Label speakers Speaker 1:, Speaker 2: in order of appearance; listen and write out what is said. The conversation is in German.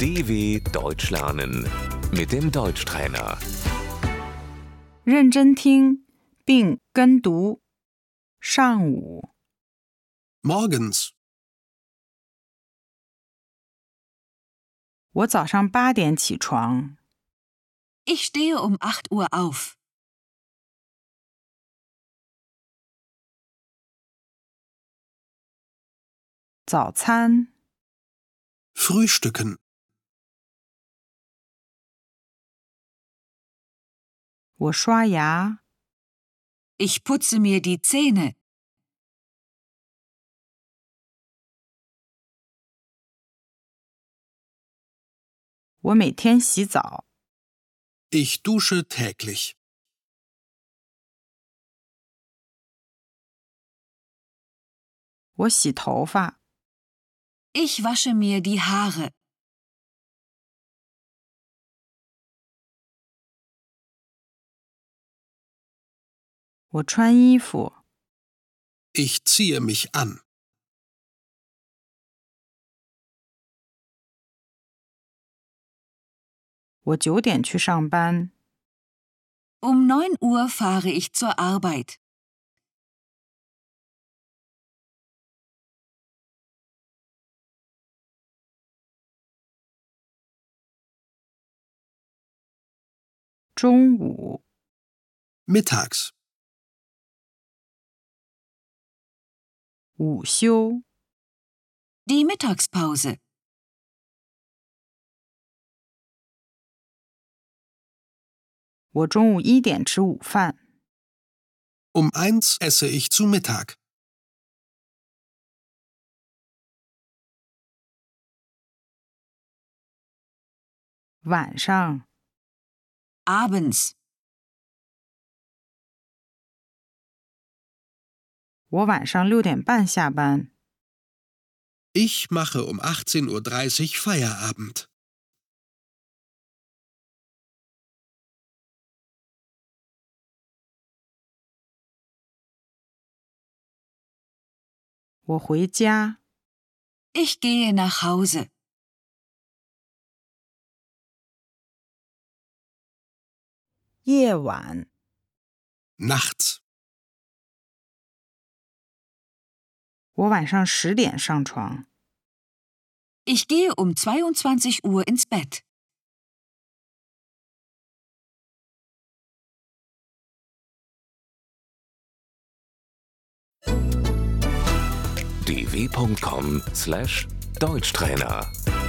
Speaker 1: DW Deutsch lernen mit dem Deutschtrainer.
Speaker 2: 认真听并跟读。上午
Speaker 3: Morgens.
Speaker 2: 我早上八点起床，
Speaker 4: Ich stehe um 8 Uhr auf.
Speaker 2: 早餐
Speaker 3: Frühstücken.
Speaker 2: 我刷牙，
Speaker 4: Ich putze mir die Zähne.
Speaker 2: 我每天洗澡。
Speaker 3: Ich dusche täglich.
Speaker 2: 我洗头发，
Speaker 4: Ich wasche mir die Haare.
Speaker 2: 我穿衣服，
Speaker 3: Ich ziehe mich an.
Speaker 2: 我九点去上班，
Speaker 4: Um 9 Uhr fahre ich zur Arbeit.
Speaker 2: 中午
Speaker 3: Mittags.
Speaker 2: 午休，
Speaker 4: Die Mittagspause.
Speaker 2: 我中午一点吃午饭，
Speaker 3: Um eins esse ich zu Mittag.
Speaker 2: 晚上
Speaker 4: Abends.
Speaker 2: 我晚上六点半下班。
Speaker 3: Ich mache um 18.30 Uhr Feierabend.
Speaker 2: 我回家，
Speaker 4: Ich gehe nach Hause.
Speaker 2: 夜晚
Speaker 3: Nachts.
Speaker 2: 我晚上十点上床。
Speaker 4: Ich gehe um 22 Uhr ins Bett.
Speaker 1: dw.com/deutschtrainer